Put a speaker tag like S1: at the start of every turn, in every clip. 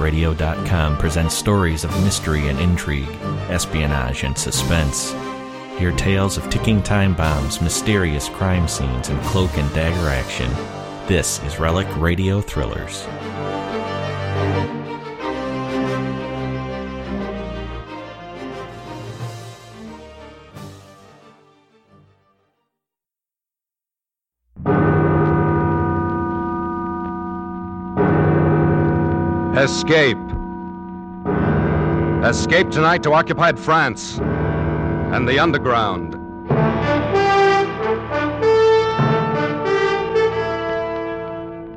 S1: Radio.com presents stories of mystery and intrigue, espionage and suspense. Hear tales of ticking time bombs, mysterious crime scenes, and cloak and dagger action. This is Relic Radio Thrillers.
S2: Escape. Escape tonight to occupied France and the underground.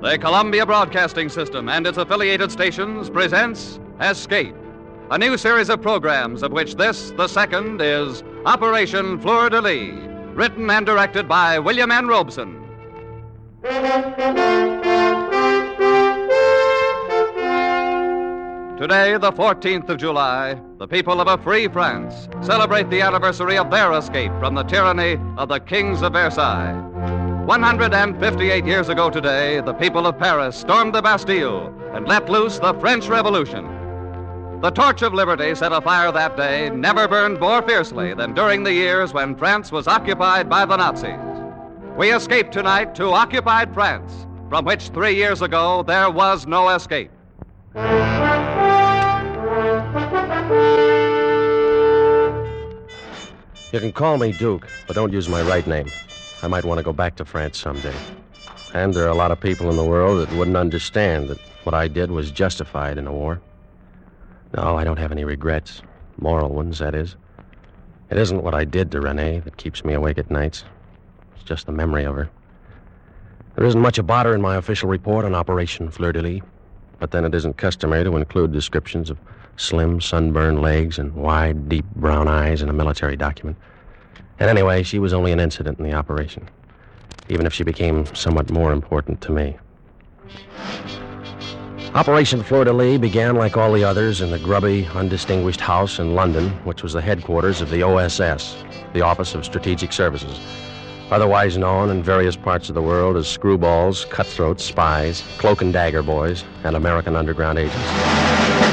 S2: The Columbia Broadcasting System and its affiliated stations presents Escape, a new series of programs of which this, the second, is Operation Fleur de Lis, written and directed by William N. Robeson. Today, the 14th of July, the people of a free France celebrate the anniversary of their escape from the tyranny of the kings of Versailles. 158 years ago today, the people of Paris stormed the Bastille and let loose the French Revolution. The torch of liberty set afire that day never burned more fiercely than during the years when France was occupied by the Nazis. We escape tonight to occupied France, from which three years ago there was no escape.
S3: You can call me Duke, but don't use my right name. I might want to go back to France someday. And there are a lot of people in the world that wouldn't understand that what I did was justified in a war. No, I don't have any regrets. Moral ones, that is. It isn't what I did to Renee that keeps me awake at nights. It's just the memory of her. There isn't much about her in my official report on Operation Fleur de Lis, but then it isn't customary to include descriptions of slim, sunburned legs and wide, deep brown eyes in a military document. And anyway, she was only an incident in the operation, even if she became somewhat more important to me. Operation Fleur de Lis began like all the others in the grubby, undistinguished house in London, which was the headquarters of the OSS, the Office of Strategic Services, otherwise known in various parts of the world as screwballs, cutthroats, spies, cloak and dagger boys, and American underground agents.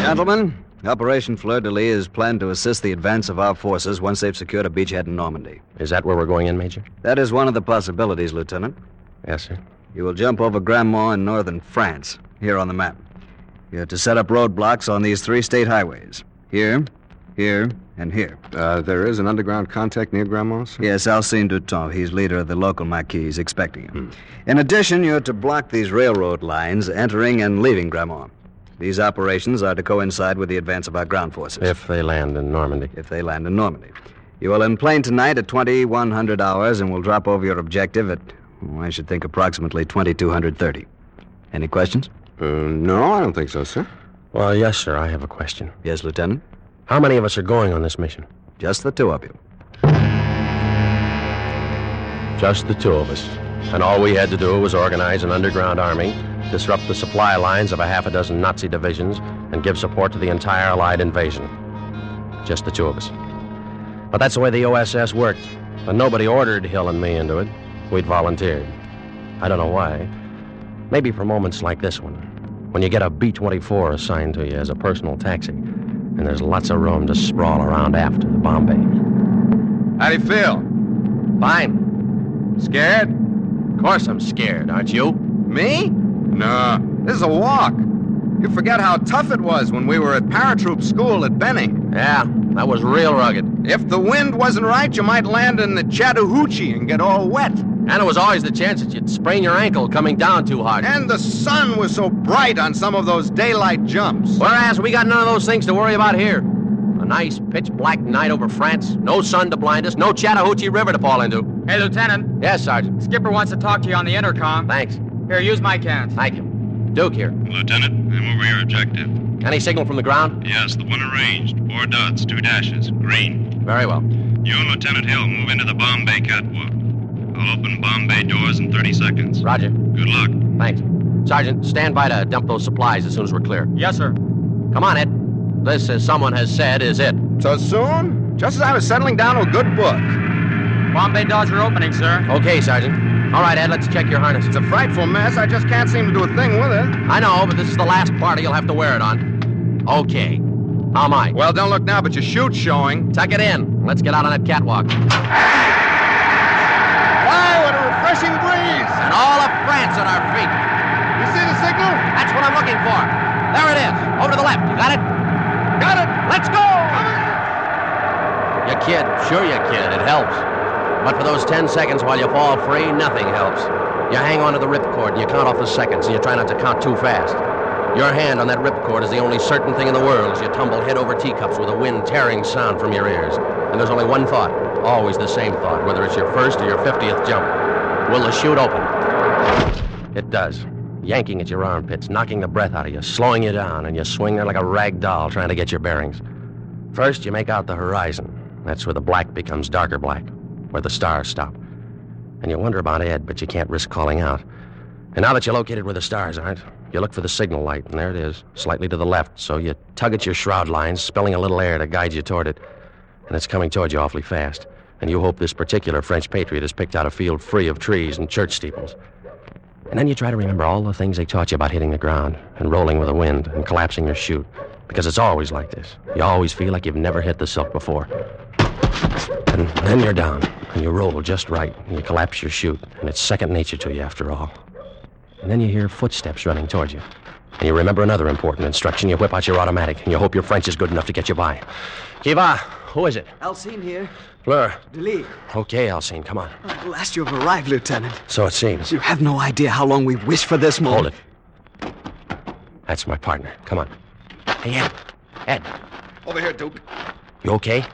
S4: Gentlemen, Operation Fleur de Lis is planned to assist the advance of our forces once they've secured a beachhead in Normandy.
S3: Is that where we're going in, Major?
S4: That is one of the possibilities, Lieutenant.
S3: Yes, sir.
S4: You will jump over Grandmont in northern France, here on the map. You have to set up roadblocks on these three state highways here, here, and here.
S5: Uh, there is an underground contact near Grandma's?
S4: Yes, Alcine Duton. He's leader of the local Marquis, is expecting him.
S5: Hmm.
S4: In addition, you're to block these railroad lines entering and leaving Grammont. These operations are to coincide with the advance of our ground forces.
S3: If they land in Normandy.
S4: if they land in Normandy. You will emplane tonight at 2100 hours and will drop over your objective at, oh, I should think, approximately 2230. Any questions?
S5: Uh, no, I don't think so, sir.
S3: Well, yes, sir, I have a question.
S4: Yes, Lieutenant?
S3: How many of us are going on this mission?
S4: Just the two of you.
S3: Just the two of us. And all we had to do was organize an underground army, disrupt the supply lines of a half a dozen Nazi divisions, and give support to the entire Allied invasion. Just the two of us. But that's the way the OSS worked. And nobody ordered Hill and me into it. We'd volunteered. I don't know why. Maybe for moments like this one, when you get a B 24 assigned to you as a personal taxi, and there's lots of room to sprawl around after the Bombay.
S5: How do you feel?
S3: Fine.
S5: Scared?
S3: Of course I'm scared, aren't you?
S5: Me? No. This is a walk. You forget how tough it was when we were at paratroop school at Benning.
S3: Yeah, that was real rugged.
S5: If the wind wasn't right, you might land in the Chattahoochee and get all wet.
S3: And there was always the chance that you'd sprain your ankle coming down too hard.
S5: And the sun was so bright on some of those daylight jumps.
S3: Whereas we got none of those things to worry about here. A nice pitch black night over France, no sun to blind us, no Chattahoochee River to fall into.
S6: Hey, Lieutenant.
S3: Yes, Sergeant.
S6: Skipper wants to talk to you on the intercom.
S3: Thanks.
S6: Here, use my cans.
S3: Thank you. Duke here.
S7: Lieutenant, I'm over your objective.
S3: Any signal from the ground?
S7: Yes, the one arranged. Four dots, two dashes, green.
S3: Very well.
S7: You and Lieutenant Hill move into the Bombay catwalk. I'll open Bombay doors in 30 seconds.
S3: Roger.
S7: Good luck.
S3: Thanks. Sergeant, stand by to dump those supplies as soon as we're clear.
S6: Yes, sir.
S3: Come on, Ed. This, as someone has said, is it.
S5: So soon? Just as I was settling down to a good book.
S6: Bombay doors are opening, sir.
S3: Okay, Sergeant. All right, Ed, let's check your harness.
S5: It's a frightful mess. I just can't seem to do a thing with it.
S3: I know, but this is the last party you'll have to wear it on. Okay. How am I?
S5: Well, don't look now, but your chute's showing.
S3: Tuck it in. Let's get out on that catwalk.
S5: Why, what a refreshing breeze!
S3: And all of France on our feet.
S5: You see the signal?
S3: That's what I'm looking for. There it is. Over to the left. You got it? Got it. Let's go! You kid. Sure you kid. It helps. But for those ten seconds while you fall free, nothing helps. You hang on to the ripcord and you count off the seconds and you try not to count too fast. Your hand on that ripcord is the only certain thing in the world as you tumble head over teacups with a wind tearing sound from your ears. And there's only one thought, always the same thought, whether it's your first or your 50th jump. Will the chute open? It does. Yanking at your armpits, knocking the breath out of you, slowing you down, and you swing there like a rag doll trying to get your bearings. First, you make out the horizon. That's where the black becomes darker black, where the stars stop. And you wonder about Ed, but you can't risk calling out. And now that you're located where the stars aren't, you look for the signal light, and there it is, slightly to the left. So you tug at your shroud lines, spilling a little air to guide you toward it. And it's coming toward you awfully fast. And you hope this particular French patriot has picked out a field free of trees and church steeples. And then you try to remember all the things they taught you about hitting the ground and rolling with the wind and collapsing your chute. Because it's always like this. You always feel like you've never hit the silk before. And then you're down, and you roll just right, and you collapse your chute, and it's second nature to you after all. And then you hear footsteps running toward you. And you remember another important instruction. You whip out your automatic, and you hope your French is good enough to get you by. Kiva, who is it?
S8: Alcine here.
S3: Fleur.
S8: Delee.
S3: Okay, Alcine, come on.
S8: I'm blessed you have arrived, Lieutenant.
S3: So it seems.
S8: You have no idea how long we've wished for this moment.
S3: Hold it. That's my partner. Come on. Hey, Ed. Ed,
S5: Over here, Duke.
S3: you okay?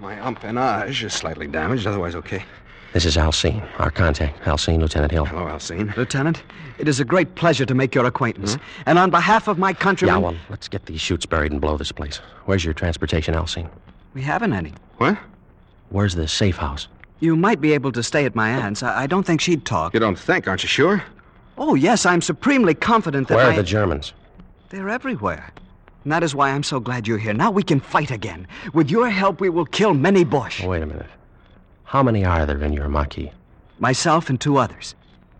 S5: My empennage is slightly damaged, otherwise okay.
S3: This is Alcine, our contact. Alcine, Lieutenant Hill.
S5: Hello, Alcine.
S8: Lieutenant, it is a great pleasure to make your acquaintance. And on behalf of my
S3: Hmm? Yeah,
S8: countrymen,
S3: well, let's get these chutes buried and blow this place. Where's your transportation, Alcine?
S8: we haven't any.
S5: What?
S3: Where's the safe house?
S8: You might be able to stay at my aunt's. I, I don't think she'd talk.
S5: You don't think, aren't you sure?
S8: Oh, yes, I'm supremely confident that
S3: Where are
S8: I-
S3: the Germans?
S8: They're everywhere. And that is why I'm so glad you're here. Now we can fight again. With your help, we will kill many Bosch.
S3: Oh, Wait a minute. How many are there in your maquis?
S8: Myself and two others.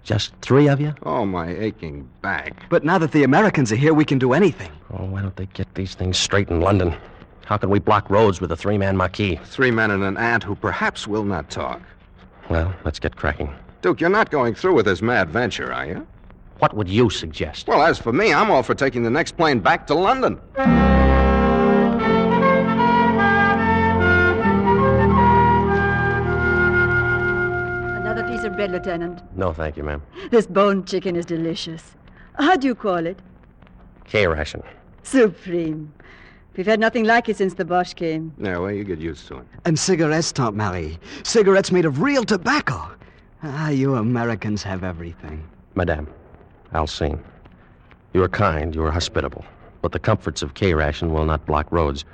S3: Just three of you?
S5: Oh, my aching back.
S8: But now that the Americans are here, we can do anything.
S3: Oh, why don't they get these things straight in London? How can we block roads with a three man maquis?
S5: Three men and an ant who perhaps will not talk.
S3: Well, let's get cracking.
S5: Duke, you're not going through with this mad venture, are you?
S3: What would you suggest?
S5: Well, as for me, I'm all for taking the next plane back to London.
S9: Another piece of bread, Lieutenant.
S3: No, thank you, ma'am.
S9: This boned chicken is delicious. How do you call it?
S3: K ration.
S9: Supreme. We've had nothing like it since the Bosch came.
S5: Yeah, well, you get used to it.
S8: And cigarettes, Tante Marie. Cigarettes made of real tobacco. Ah, you Americans have everything.
S3: Madame, Alcine, you are kind, you are hospitable, but the comforts of K ration will not block roads.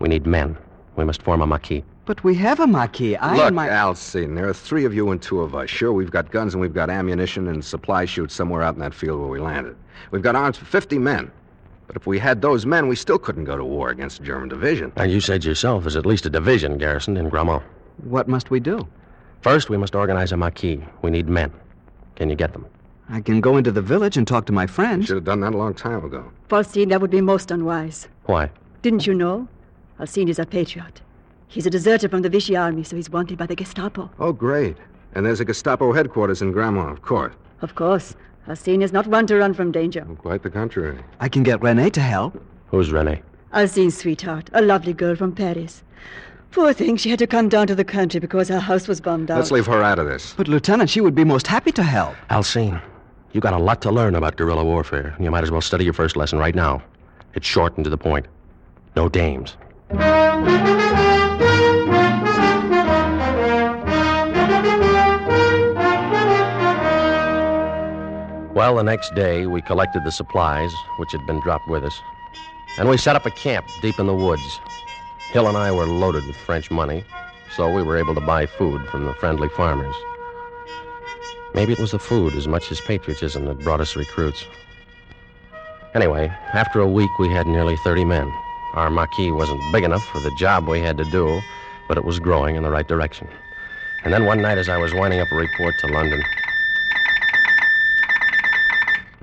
S3: We need men. We must form a maquis.
S8: But we have a marquee. I
S5: Look,
S8: and my...
S5: Alcine, there are three of you and two of us. Sure, we've got guns and we've got ammunition and supply chutes somewhere out in that field where we landed. We've got arms for 50 men. But if we had those men, we still couldn't go to war against the German division.
S3: And you said yourself there's at least a division garrisoned in Grammont.
S8: What must we do?
S3: First, we must organize a maquis. We need men. Can you get them?
S8: I can go into the village and talk to my friends.
S5: Should have done that a long time ago.
S9: Falstein, that would be most unwise.
S3: Why?
S9: Didn't you know? Alcine is a patriot. He's a deserter from the Vichy army, so he's wanted by the Gestapo.
S5: Oh, great. And there's a Gestapo headquarters in Grammont, of course.
S9: Of course, Alcine is not one to run from danger.
S5: Quite the contrary.
S8: I can get Renee to help.
S3: Who's Rene?
S9: Alcine's sweetheart, a lovely girl from Paris. Poor thing, she had to come down to the country because her house was bombed out.
S5: Let's leave her out of this.
S8: But, Lieutenant, she would be most happy to help.
S3: Alcine, you got a lot to learn about guerrilla warfare, and you might as well study your first lesson right now. It's short and to the point. No dames. Well, the next day, we collected the supplies which had been dropped with us, and we set up a camp deep in the woods. Hill and I were loaded with French money, so we were able to buy food from the friendly farmers. Maybe it was the food as much as patriotism that brought us recruits. Anyway, after a week, we had nearly 30 men. Our maquis wasn't big enough for the job we had to do, but it was growing in the right direction. And then one night, as I was winding up a report to London,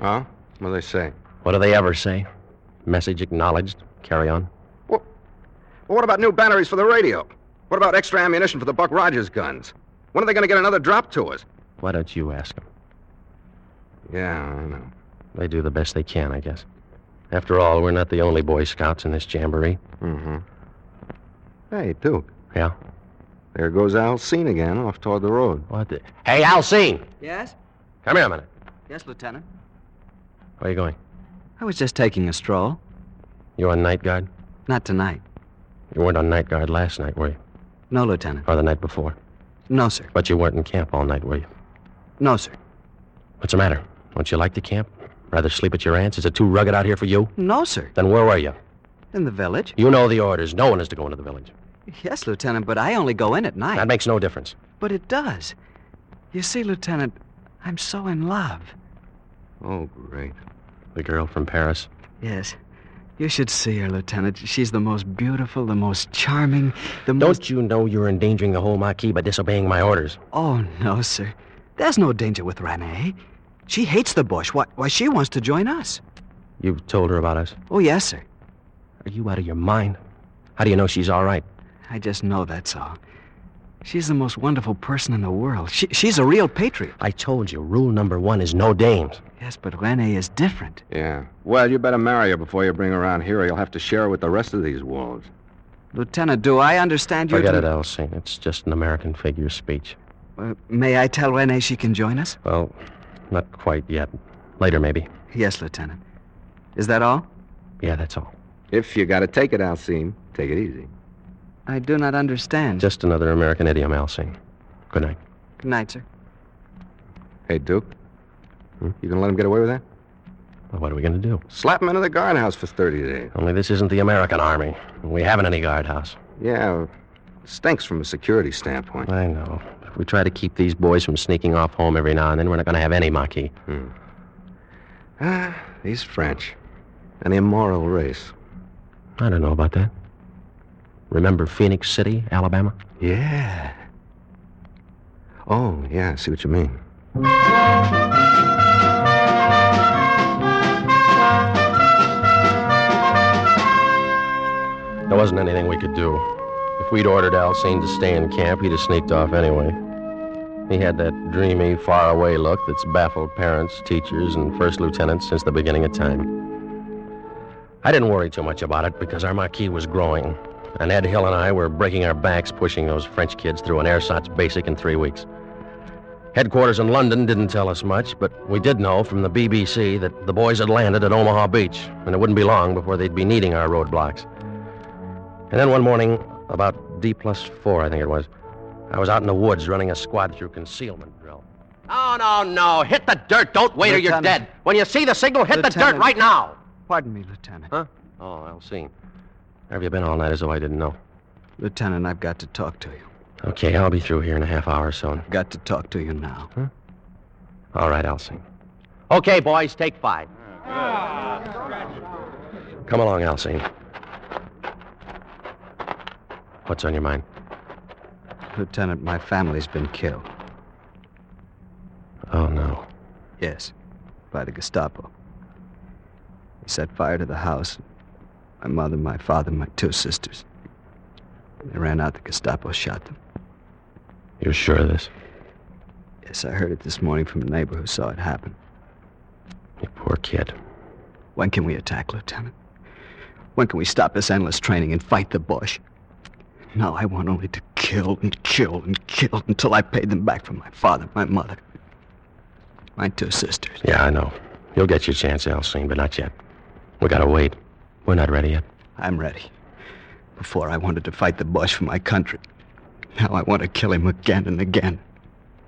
S5: Huh? What do they say?
S3: what do they ever say? Message acknowledged, Carry on.
S5: Well, what about new batteries for the radio? What about extra ammunition for the Buck Rogers guns? When are they going to get another drop to us?
S3: Why don't you ask them?
S5: Yeah, I know.
S3: They do the best they can, I guess. After all, we're not the only Boy Scouts in this jamboree.
S5: Mm-hmm. Hey, Duke.
S3: Yeah?
S5: There goes Alcine again, off toward the road.
S3: What the... Hey, Alcine!
S8: Yes?
S3: Come here a minute.
S8: Yes, Lieutenant.
S3: Where are you going?
S8: I was just taking a stroll.
S3: You on night guard?
S8: Not tonight.
S3: You weren't on night guard last night, were you?
S8: No, Lieutenant.
S3: Or the night before?
S8: No, sir.
S3: But you weren't in camp all night, were you?
S8: No, sir.
S3: What's the matter? Don't you like the camp? Rather sleep at your aunt's? Is it too rugged out here for you?
S8: No, sir.
S3: Then where were you?
S8: In the village?
S3: You know the orders. No one is to go into the village.
S8: Yes, Lieutenant, but I only go in at night.
S3: That makes no difference.
S8: But it does. You see, Lieutenant, I'm so in love.
S5: Oh, great.
S3: The girl from Paris.
S8: Yes. You should see her, Lieutenant. She's the most beautiful, the most charming, the
S3: Don't
S8: most.
S3: you know you're endangering the whole Marquis by disobeying my orders?
S8: Oh, no, sir. There's no danger with Renee. She hates the bush. Why, why, she wants to join us.
S3: You've told her about us.
S8: Oh, yes, sir.
S3: Are you out of your mind? How do you know she's all right?
S8: I just know that's all. She's the most wonderful person in the world. She, she's a real patriot.
S3: I told you, rule number one is no dames.
S8: Yes, but Renee is different.
S5: Yeah. Well, you better marry her before you bring her around here, or you'll have to share her with the rest of these wolves.
S8: Lieutenant, do I understand you?
S3: Forget
S8: to-
S3: it, Elsie. It's just an American figure of speech.
S8: Uh, may I tell Renee she can join us?
S3: Well, not quite yet. Later, maybe.
S8: Yes, Lieutenant. Is that all?
S3: Yeah, that's all.
S5: If you got to take it, Alcine, take it easy.
S8: I do not understand.
S3: Just another American idiom, Elsie. Good night.
S8: Good night, sir.
S5: Hey, Duke. You gonna let him get away with that?
S3: Well, what are we going to do?
S5: Hmm? Slap him into the guardhouse for 30 days.
S3: Only this isn't the American army. We haven't any guardhouse.
S5: Yeah, stinks from a security standpoint.
S3: I know. If we try to keep these boys from sneaking off home every now and then, we're not going to have any Maquis.
S5: Ah, he's French. An immoral race.
S3: I don't know about that. Remember Phoenix City, Alabama?
S5: Yeah. Oh, yeah, I see what you mean.
S3: There wasn't anything we could do. If we'd ordered Alcine to stay in camp, he'd have sneaked off anyway. He had that dreamy, faraway look that's baffled parents, teachers, and first lieutenants since the beginning of time. I didn't worry too much about it because our marquee was growing, and Ed Hill and I were breaking our backs pushing those French kids through an ersatz basic in three weeks. Headquarters in London didn't tell us much, but we did know from the BBC that the boys had landed at Omaha Beach, and it wouldn't be long before they'd be needing our roadblocks. And then one morning, about D plus four, I think it was, I was out in the woods running a squad through concealment drill. No, no, no. Hit the dirt. Don't wait or you're
S8: Lieutenant.
S3: dead. When you see the signal, hit the dirt
S8: Lieutenant.
S3: right now.
S8: Pardon me, Lieutenant.
S3: Huh? Oh, I'll see. Where have you been all night as though I didn't know?
S8: Lieutenant, I've got to talk to you.
S3: Okay, I'll be through here in a half hour or so.
S8: Got to talk to you now.
S3: All right, I'll sing. Okay, boys, take five. Come along, Alcine. What's on your mind?
S8: Lieutenant, my family's been killed.
S3: Oh, no.
S8: Yes, by the Gestapo. They set fire to the house. My mother, my father, my two sisters. They ran out. The Gestapo shot them.
S3: You're sure of this?
S8: Yes, I heard it this morning from a neighbor who saw it happen.
S3: You poor kid.
S8: When can we attack, Lieutenant? When can we stop this endless training and fight the Bosch? No, I want only to kill and kill and kill until I paid them back for my father, my mother, my two sisters.
S3: Yeah, I know. You'll get your chance, Alcine, but not yet. We gotta wait. We're not ready yet.
S8: I'm ready. Before I wanted to fight the Bosch for my country. Now I want to kill him again and again.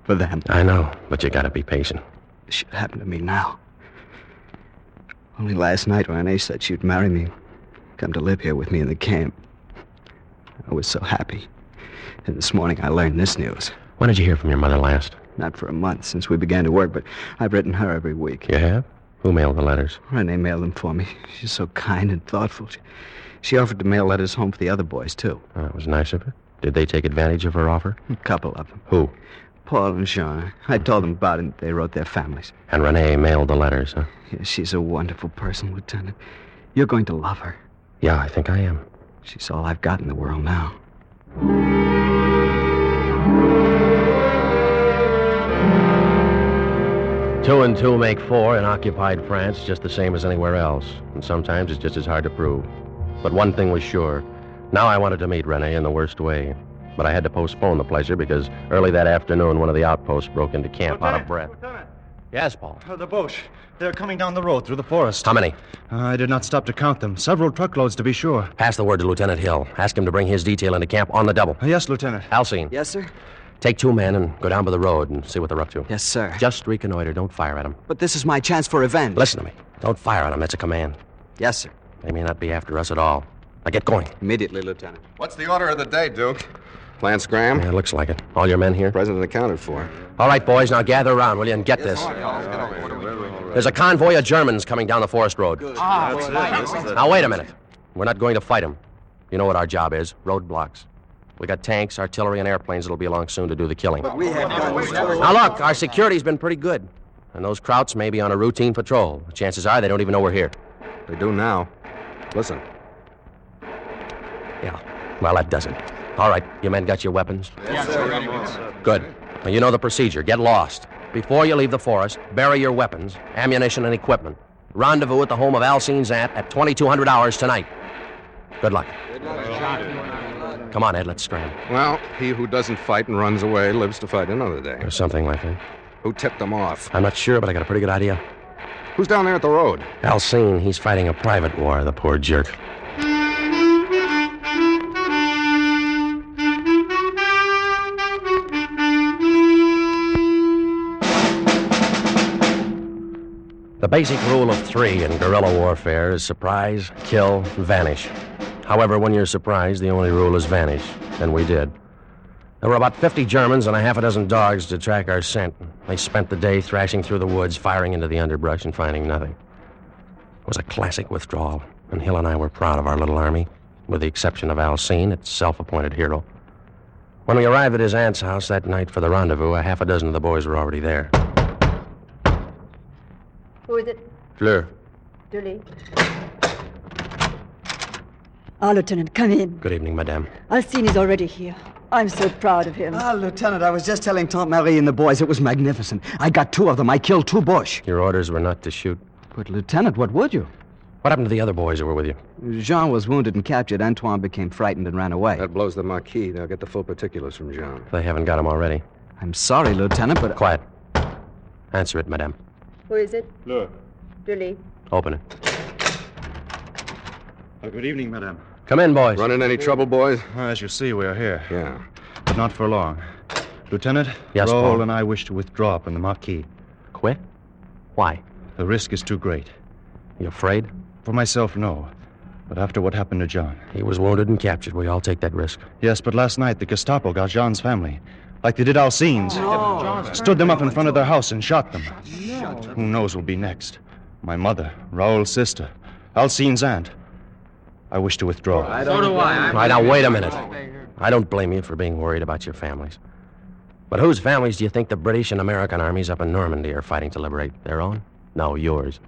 S8: For them.
S3: I know, but you gotta be patient.
S8: It should happen to me now. Only last night, Renee said she'd marry me, come to live here with me in the camp. I was so happy. And this morning I learned this news.
S3: When did you hear from your mother last?
S8: Not for a month since we began to work, but I've written her every week.
S3: You have? Who mailed the letters?
S8: Renee mailed them for me. She's so kind and thoughtful. She, she offered to mail letters home for the other boys, too.
S3: Oh, that was nice of her. Did they take advantage of her offer?
S8: A couple of them.
S3: Who?
S8: Paul and Jean. I told them about it. They wrote their families.
S3: And Renee mailed the letters, huh?
S8: Yeah, she's a wonderful person, Lieutenant. You're going to love her.
S10: Yeah, I think I am.
S8: She's all I've got in the world now.
S3: Two and two make four in occupied France, just the same as anywhere else. And sometimes it's just as hard to prove. But one thing was sure. Now I wanted to meet Renee in the worst way. But I had to postpone the pleasure because early that afternoon, one of the outposts broke into camp out of breath.
S11: Lieutenant,
S3: Yes, Paul.
S11: uh, the Boche. They're coming down the road through the forest.
S3: How many?
S11: I did not stop to count them. Several truckloads, to be sure.
S3: Pass the word to Lieutenant Hill. Ask him to bring his detail into camp on the double.
S11: Yes, Lieutenant.
S3: Alcine.
S8: Yes, sir?
S3: Take two men and go down by the road and see what they're up to.
S8: Yes, sir.
S3: Just reconnoiter. Don't fire at them.
S8: But this is my chance for revenge.
S3: Listen to me. Don't fire at them. That's a command.
S8: Yes, sir.
S3: They may not be after us at all. Now get going.
S8: Immediately, Lieutenant.
S5: What's the order of the day, Duke? Plan scram?
S3: Yeah, it looks like it. All your men here?
S5: President accounted for.
S3: All right, boys, now gather around, will you, and get this. There's a convoy of Germans coming down the forest road. Now, wait a minute. We're not going to fight them. You know what our job is roadblocks. We got tanks, artillery, and airplanes that'll be along soon to do the killing. Now, look, our security's been pretty good. And those Krauts may be on a routine patrol. Chances are they don't even know we're here.
S5: They do now. Listen.
S3: Yeah. Well, that does it. All right, you men got your weapons? Good. Now, you know the procedure. Get lost. Before you leave the forest, bury your weapons, ammunition, and equipment. Rendezvous at the home of Alcine's aunt at 2200 hours tonight. Good luck. Come on, Ed, let's scram.
S5: Well, he who doesn't fight and runs away lives to fight another day.
S3: Or something like that.
S5: Who tipped them off?
S3: I'm not sure, but I got a pretty good idea.
S5: Who's down there at the road?
S3: Alcine, he's fighting a private war, the poor jerk. The basic rule of three in guerrilla warfare is surprise, kill, vanish. However, when you're surprised, the only rule is vanish, and we did. There were about 50 Germans and a half a dozen dogs to track our scent. They spent the day thrashing through the woods, firing into the underbrush, and finding nothing. It was a classic withdrawal, and Hill and I were proud of our little army, with the exception of Alcine, its self appointed hero. When we arrived at his aunt's house that night for the rendezvous, a half a dozen of the boys were already there.
S12: Who is it?
S3: Fleur.
S12: Julie.
S9: Ah, Lieutenant, come in.
S3: Good evening, madame.
S9: Alcine is already here. I'm so proud of him.
S8: Ah, Lieutenant, I was just telling Tante Marie and the boys it was magnificent. I got two of them. I killed two Bosch.
S3: Your orders were not to shoot.
S8: But, Lieutenant, what would you?
S3: What happened to the other boys who were with you?
S8: Jean was wounded and captured. Antoine became frightened and ran away.
S5: That blows the Marquis. They'll get the full particulars from John.
S3: They haven't got him already.
S8: I'm sorry, Lieutenant, but.
S3: Quiet. Answer it, madame.
S12: Who is it?
S11: Look.
S12: Julie.
S3: Open it.
S11: good evening, madame.
S3: Come in, boys.
S5: Run in any trouble, boys?
S11: Ah, As you see, we are here,
S5: Yeah.
S11: but not for long. Lieutenant,
S3: Yes,
S11: Raoul
S3: Paul?
S11: and I wish to withdraw from the Marquis.
S3: Quit? Why?
S11: The risk is too great.
S3: You afraid?
S11: For myself, no. But after what happened to John.
S3: He was wounded and captured. We all take that risk.
S11: Yes, but last night the Gestapo got Jean's family, like they did Alcine's. Stood them up in front of their house and shot them. Who knows who'll be next? My mother, Raoul's sister, Alcine's aunt. I wish to withdraw.
S6: So do I.
S3: All right, now, wait a minute. I don't blame you for being worried about your families. But whose families do you think the British and American armies up in Normandy are fighting to liberate? Their own? No, yours.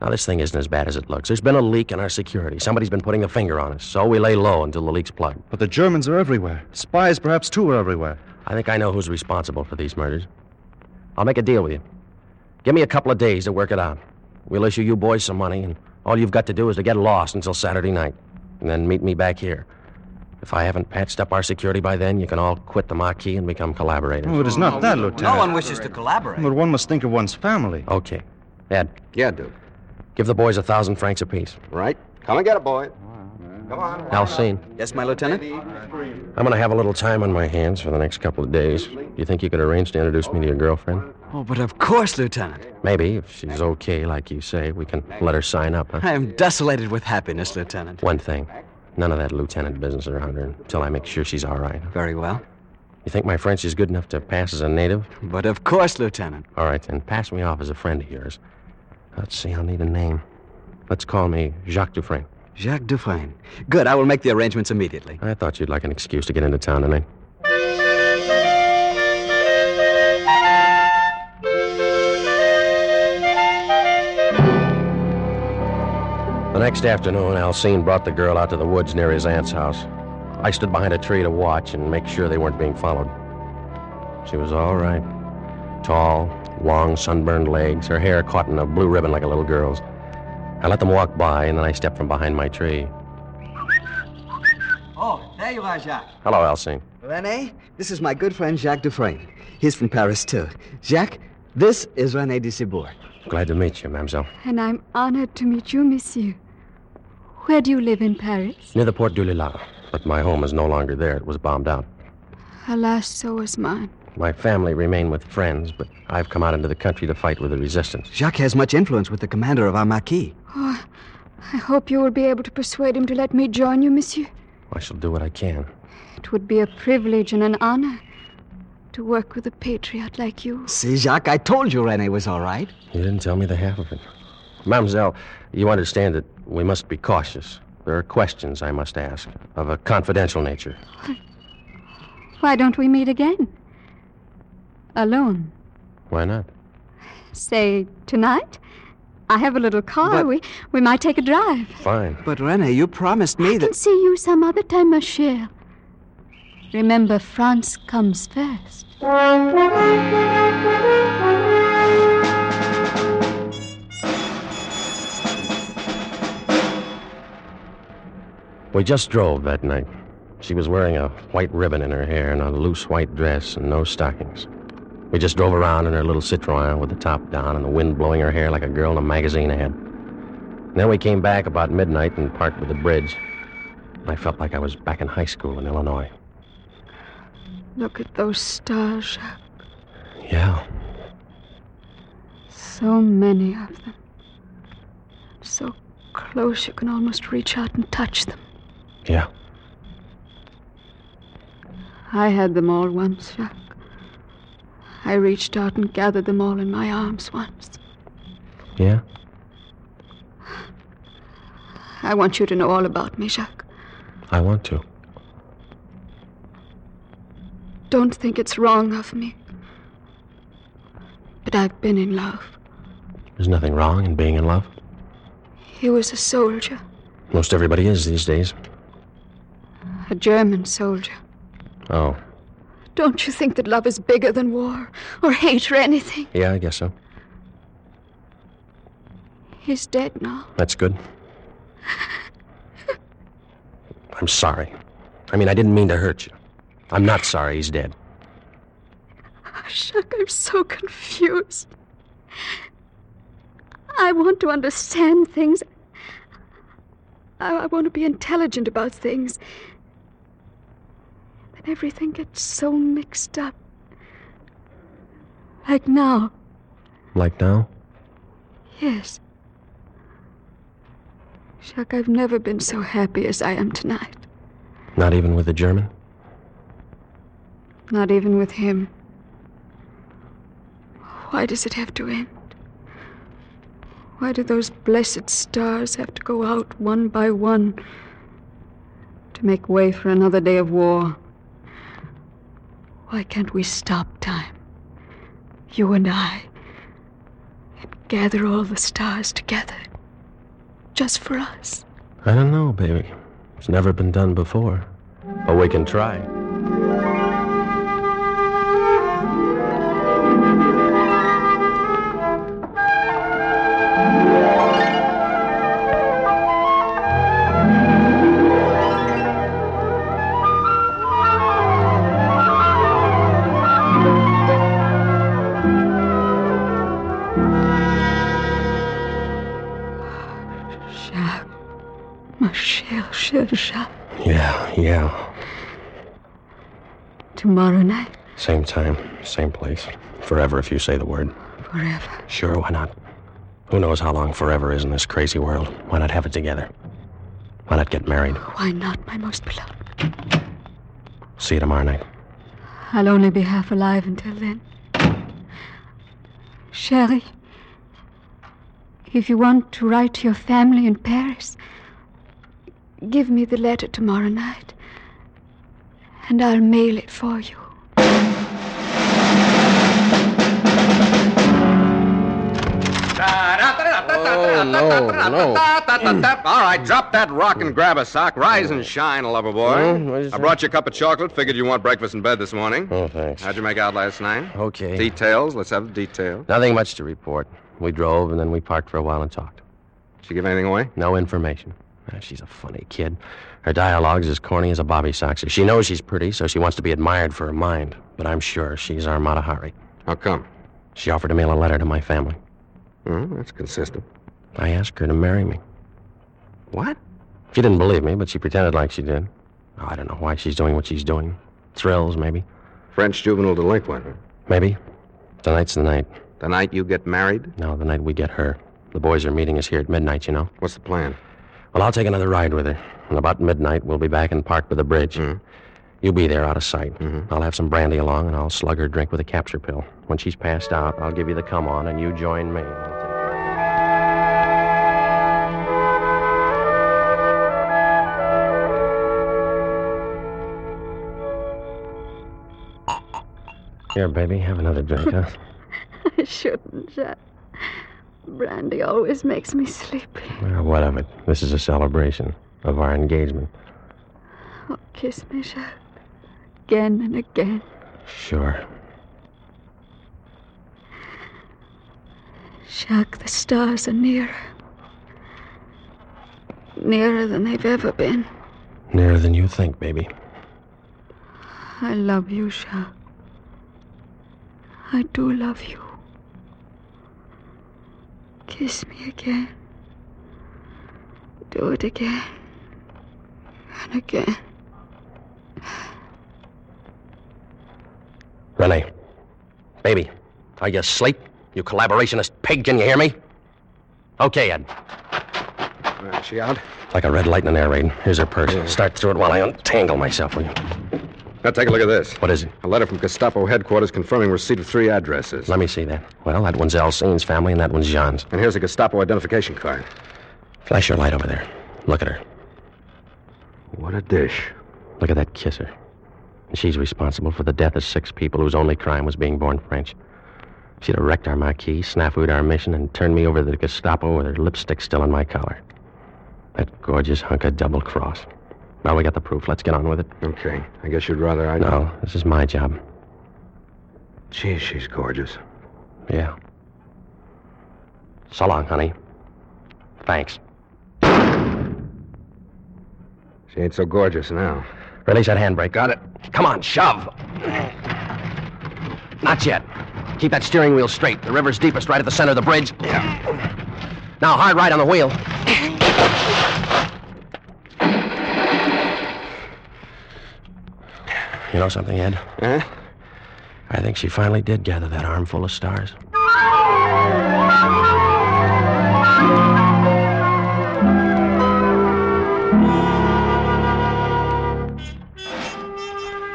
S3: Now, this thing isn't as bad as it looks. There's been a leak in our security. Somebody's been putting a finger on us, so we lay low until the leak's plugged.
S11: But the Germans are everywhere. Spies, perhaps, too, are everywhere.
S3: I think I know who's responsible for these murders. I'll make a deal with you. Give me a couple of days to work it out. We'll issue you boys some money, and all you've got to do is to get lost until Saturday night, and then meet me back here. If I haven't patched up our security by then, you can all quit the Marquis and become collaborators.
S11: Oh, it is not that, Lieutenant.
S8: wishes to collaborate.
S11: But one must think of one's family.
S3: Okay. Ed,
S5: Yeah, Duke.
S3: give the boys a thousand francs apiece.
S5: Right? Come and get it, boy.
S3: Alcine,
S8: Yes, my Lieutenant?
S3: I'm going to have a little time on my hands for the next couple of days. Do you think you could arrange to introduce me to your girlfriend?
S8: Oh, but of course, Lieutenant.
S3: Maybe, if she's okay, like you say, we can let her sign up, huh?
S8: I am desolated with happiness, Lieutenant.
S3: One thing. None of that lieutenant business around her until I make sure she's all right.
S8: Very well.
S3: You think my French is good enough to pass as a native?
S8: But of course, Lieutenant.
S3: All right, then pass me off as a friend of yours. Let's see, I'll need a name. Let's call me Jacques Dufresne.
S8: Jacques Dufresne. Good, I will make the arrangements immediately.
S3: I thought you'd like an excuse to get into town tonight. The next afternoon, Alcine brought the girl out to the woods near his aunt's house. I stood behind a tree to watch and make sure they weren't being followed. She was all right. Tall, long, sunburned legs, her hair caught in a blue ribbon like a little girl's. I let them walk by, and then I stepped from behind my tree.
S8: Oh, there you are, Jacques.
S3: Hello, Alcine.
S8: Rene, this is my good friend Jacques Dufresne. He's from Paris, too. Jacques, this is Rene de Cibourg.
S3: Glad to meet you, mademoiselle.
S13: And I'm honored to meet you, monsieur. Where do you live in Paris?
S3: Near the Port du Lilas, but my home is no longer there. It was bombed out.
S13: Alas, so was mine.
S3: My family remain with friends, but I've come out into the country to fight with the resistance.
S8: Jacques has much influence with the commander of our Marquis.
S13: Oh, I hope you will be able to persuade him to let me join you, monsieur.
S3: I shall do what I can.
S13: It would be a privilege and an honor to work with a patriot like you.
S8: See, Jacques, I told you Rene was all right.
S3: You didn't tell me the half of it. Mademoiselle, you understand that we must be cautious. There are questions I must ask of a confidential nature.
S13: Why don't we meet again? Alone.
S3: Why not?
S13: Say, tonight? I have a little car.
S8: But-
S13: We, we might take a drive.
S3: Fine.
S8: But, Rene, you promised me
S13: I
S8: that.
S13: can see you some other time, ma chère. Remember, France comes first.
S3: We just drove that night. She was wearing a white ribbon in her hair and a loose white dress and no stockings. We just drove around in her little Citroën with the top down and the wind blowing her hair like a girl in a magazine ad. Then we came back about midnight and parked by the bridge. I felt like I was back in high school in Illinois.
S13: Look at those stars, Jacques.
S3: Yeah.
S13: So many of them. So close you can almost reach out and touch them.
S3: Yeah.
S13: I had them all once, Jacques. I reached out and gathered them all in my arms once.
S3: Yeah?
S13: I want you to know all about me, Jacques.
S3: I want to.
S13: Don't think it's wrong of me. But I've been in love.
S3: There's nothing wrong in being in love.
S13: He was a soldier,
S3: Most everybody is these days.
S13: a German soldier.
S3: Oh,
S13: Don't you think that love is bigger than war or hate or anything?
S3: yeah, I guess so.
S13: He's dead now.
S3: That's good. I'm sorry. I mean, I didn't mean to hurt you. I'm not sorry he's dead.
S13: Jacques, I'm so confused. I want to understand things. I, I want to be intelligent about things. But everything gets so mixed up. Like now,
S3: Like now?
S13: yes. Jacques, I've never been so happy as I am tonight.
S3: Not even with the German?
S13: Not even with him. Why does it have to end? Why do those blessed stars have to go out one by one to make way for another day of war? Why can't we stop time? You and I. And gather all the stars together. Just for us.
S3: I don't know, baby. It's never been done before. But we can try.
S13: Jacques. Ma chère, chère Jacques.
S3: Yeah, yeah.
S13: Tomorrow night,
S3: Same time, same place. Forever if you say the word.
S13: forever.
S3: Sure, why not? Who knows how long forever is in this crazy world? Why not have it together? Why not get married?
S13: Why not, my most beloved?
S3: See you tomorrow night.
S13: I'll only be half alive until then. Sherry, if you want to write to your family in Paris, give me the letter tomorrow night, and I'll mail it for you.
S6: Ta-da-da-da-da-da.
S14: Oh, no, no.
S5: All right, drop that rock and grab a sock. Rise and shine, lover
S3: Hmm, what did
S5: boy.
S3: you
S5: I
S3: say?
S5: brought you a cup of chocolate. Figured you want breakfast in bed this morning.
S3: Oh, thanks.
S5: How'd you make out last night?
S3: Okay.
S5: Details. Let's have the details.
S3: Nothing much to report. We drove and then we parked for a while and talked.
S5: She give anything away?
S3: No information. Ah, She's a funny kid. Her dialogue's as corny as a bobby soxer. She knows she's pretty, so she wants to be admired for her mind. But I'm sure she's Armada Hari.
S5: How come?
S3: She offered to mail a letter to my family.
S5: Oh, that's consistent.
S3: I asked her to marry me.
S5: What?
S3: She didn't believe me, but she pretended like she did. Oh, I don't know why she's doing what she's doing. Thrills, maybe.
S5: French juvenile delinquent.
S3: Maybe. Tonight's the night.
S5: The night you get married?
S3: No, the night we get her. The boys are meeting us here at midnight, you know.
S5: What's the plan?
S3: Well, I'll take another ride with her. And about midnight, we'll be back in park by the bridge. You'll be there out of sight. I'll have some brandy along, and I'll slug her drink with a capture pill. When she's passed out, I'll give you the come on, and you join me. Here, baby, have another drink, huh?
S13: I shouldn't, Jack. Brandy always makes me sleepy.
S3: Well, what of it? This is a celebration of our engagement.
S13: Oh, kiss me, Jack. Again and again.
S3: Sure.
S13: Jack, the stars are nearer. Nearer than they've ever been.
S3: Nearer than you think, baby.
S13: I love you, Jack. I do love you. Kiss me again. Do it again. And again.
S3: Renee. Baby, are you asleep? You collaborationist pig, can you hear me? Okay, Ed.
S5: Is Uh, she out?
S3: Like a red light in an air raid. Here's her purse. Start through it while I untangle myself, will you?
S5: Now take a look at this.
S3: What is it?
S5: A letter from Gestapo headquarters confirming receipt of three addresses.
S3: Let me see that. Well, that one's Alcine's family, and that one's Jean's.
S5: And here's a Gestapo identification card.
S3: Flash your light over there. Look at her.
S5: What a dish.
S3: Look at that kisser. And she's responsible for the death of six people whose only crime was being born French. She'd have wrecked our marquee, snafu'd our mission, and turned me over to the Gestapo with her lipstick still on my collar. That gorgeous hunk of double cross. Now we got the proof. Let's get on with it.
S5: Okay. I guess you'd rather I.
S3: No, this is my job.
S5: Gee, she's gorgeous.
S3: Yeah. So long, honey. Thanks.
S5: She ain't so gorgeous now.
S3: Release that handbrake. Got it. Come on, shove. Not yet. Keep that steering wheel straight. The river's deepest right at the center of the bridge. Now, hard right on the wheel. You know something, Ed?
S5: Huh?
S3: I think she finally did gather that armful of stars.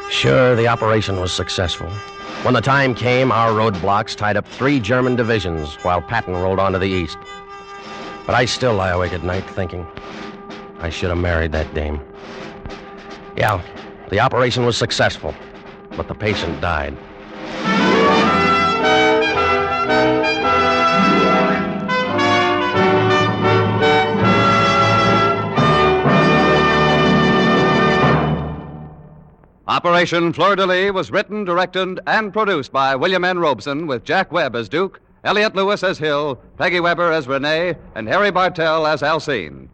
S3: Sure, the operation was successful. When the time came, our roadblocks tied up three German divisions while Patton rolled on to the east. But I still lie awake at night thinking, I should have married that dame. Yeah, the operation was successful, but the patient died.
S2: Operation Fleur de Lis was written, directed, and produced by William N. Robeson with Jack Webb as Duke, Elliot Lewis as Hill, Peggy Weber as Renee, and Harry Bartell as Alcine.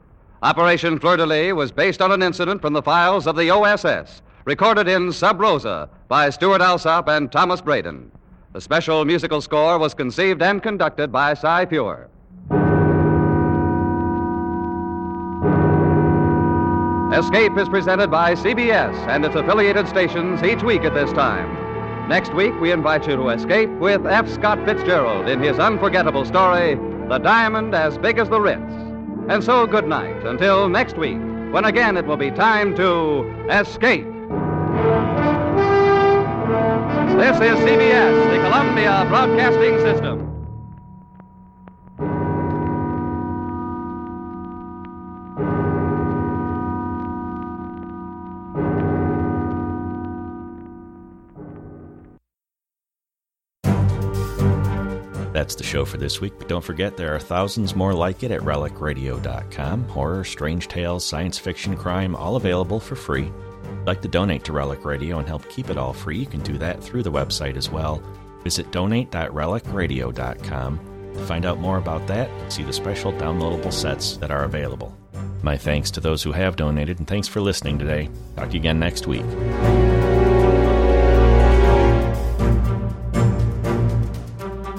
S2: Operation Fleur de Lis was based on an incident from the files of the OSS, recorded in Sub Rosa by Stuart Alsop and Thomas Braden. The special musical score was conceived and conducted by Cy Pure. Escape is presented by CBS and its affiliated stations each week at this time. Next week, we invite you to escape with F. Scott Fitzgerald in his unforgettable story, The Diamond as Big as the Ritz. And so, good night until next week, when again it will be time to escape. This is CBS, the Columbia Broadcasting System.
S1: That's the show for this week, but don't forget there are thousands more like it at relicradio.com. Horror, strange tales, science fiction, crime, all available for free. If you'd like to donate to Relic Radio and help keep it all free, you can do that through the website as well. Visit donate.relicradio.com to find out more about that and see the special downloadable sets that are available. My thanks to those who have donated, and thanks for listening today. Talk to you again next week.